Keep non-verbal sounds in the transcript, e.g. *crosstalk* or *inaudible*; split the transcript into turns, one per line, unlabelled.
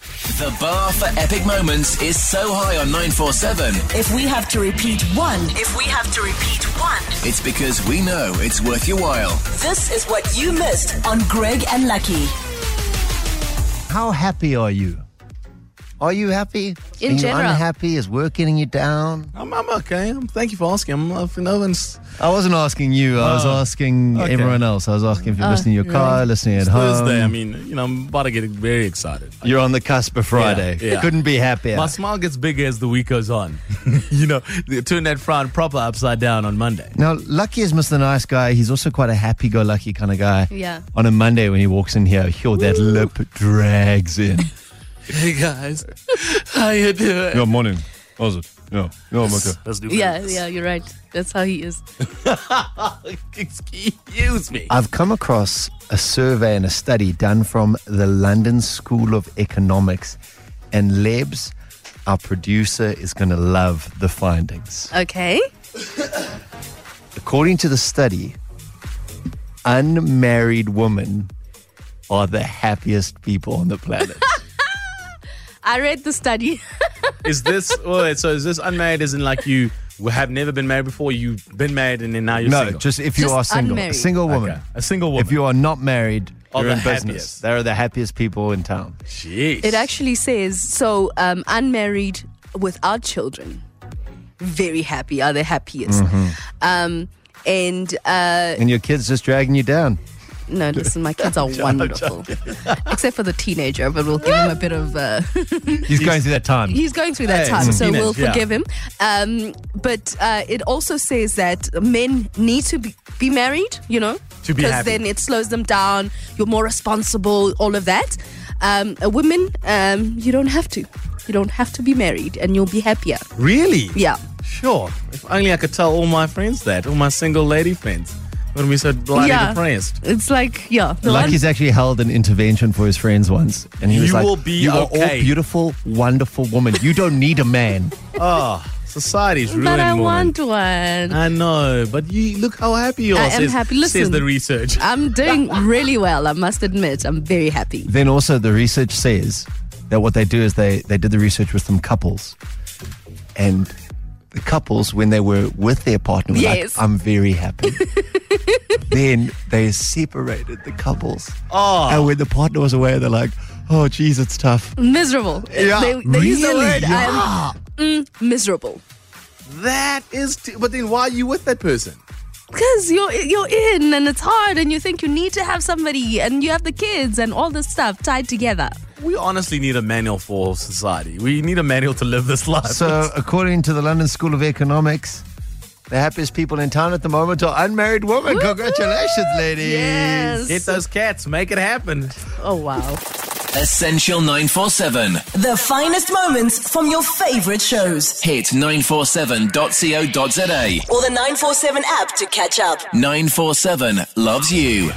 The bar for epic moments is so high on 947,
If we have to repeat one,
If we have to repeat one,
it's because we know it's worth your while.
this is what you missed on Greg and Lucky.
How happy are you? Are you happy?
In
Are you
general.
unhappy? Is work getting you down?
I'm, I'm okay. I'm, thank you for asking. I'm, uh, no one's.
I wasn't asking you. I was
Oh,
asking
okay.
everyone else. I was asking if
Oh,
you're listening in your car, listening at
It's
home.
Thursday. I mean, you know, I'm about to get very excited.
You're on the cusp of Friday.
Yeah, yeah.
Couldn't be happier.
My smile gets bigger as the week goes *laughs* on. you know, turn that frown proper upside down on Monday.
Now, Lucky is Mr. Nice Guy. He's also quite a happy go lucky kind of guy.
Yeah.
On a Monday when he walks in here, sure, that lip drags in. *laughs*
Hey *laughs* guys, how you doing?
Good morning. How's it? No, no, I'm okay.
Let's do
Yeah,
this.
yeah, you're right. That's how he is.
*laughs* Excuse me.
I've come across a survey and a study done from the London School of Economics, and Lebs, our producer, is going to love the findings.
Okay.
According to the study, unmarried women are the happiest people on the
*laughs*
planet.
I read the study. *laughs*
Is this? *laughs* Oh, wait, so is this unmarried? Isn't like you have never been married before? You've been married and then now you're
no,
single.
just if you
Just
are single,
unmarried.
single woman.
Okay. a single woman.
If you are not married,
Are
you're
the
in business.
happiest.
They're the happiest people in town.
Jeez.
It actually says so um, unmarried without children, very happy, are the happiest. Um, and uh,
And your kids just dragging you down.
no, listen, my kids are wonderful, except for the teenager, but we'll give him a bit of. Uh, *laughs*
He's going through that time.
he's going through that
Hey,
time,
it's a
so
teenage,
we'll
yeah.
forgive him. Um, but uh, it also says that men need to be, be married, you know,
To be
because
happy.
then it slows them down. You're more responsible, all of that. Um, uh, women, um, you don't have to. You don't have to be married, and you'll be happier.
really?
Yeah.
Sure. If only I could tell all my friends that, all my single lady friends. Wouldn't be so bloody
Yeah.
depressed.
It's like, yeah. the one-
Lucky's actually held an intervention for his friends once, and he was
You
like,
will be
"You are all
okay."
beautiful, wonderful women. You don't need a man." *laughs*
Oh, society's ruined
but I
women.
want one.
I know, but you look how happy you are.
I am
says,
happy. Listen.
says the research.
I'm doing really well, I must admit. I'm very happy.
then also, the research says that what they do is they they did the research with some couples, and the couples when they were with their partner, were
Yes.
like, "I'm very happy." *laughs* then they separated the couples,
Oh.
and when the partner was away, they're like, "Oh, geez, it's tough."
Miserable.
Yeah,
they they use the
Really?
word um, I
Yeah.
am miserable.
That is, t- but then why are you with that person?
Because you're you're in and it's hard and you think you need to have somebody and you have the kids and all this stuff tied together.
We honestly need a manual for society. We need a manual to live this life.
*laughs*
*laughs*
So, according to the London School of Economics, the happiest people in town at the moment are unmarried women. Congratulations, ladies.
Hit those cats, make it happen.
Oh wow.
Essential 947.
The finest moments from your favorite shows.
Hit 947.co.za.
Or the 947 app to catch up.
947 loves you.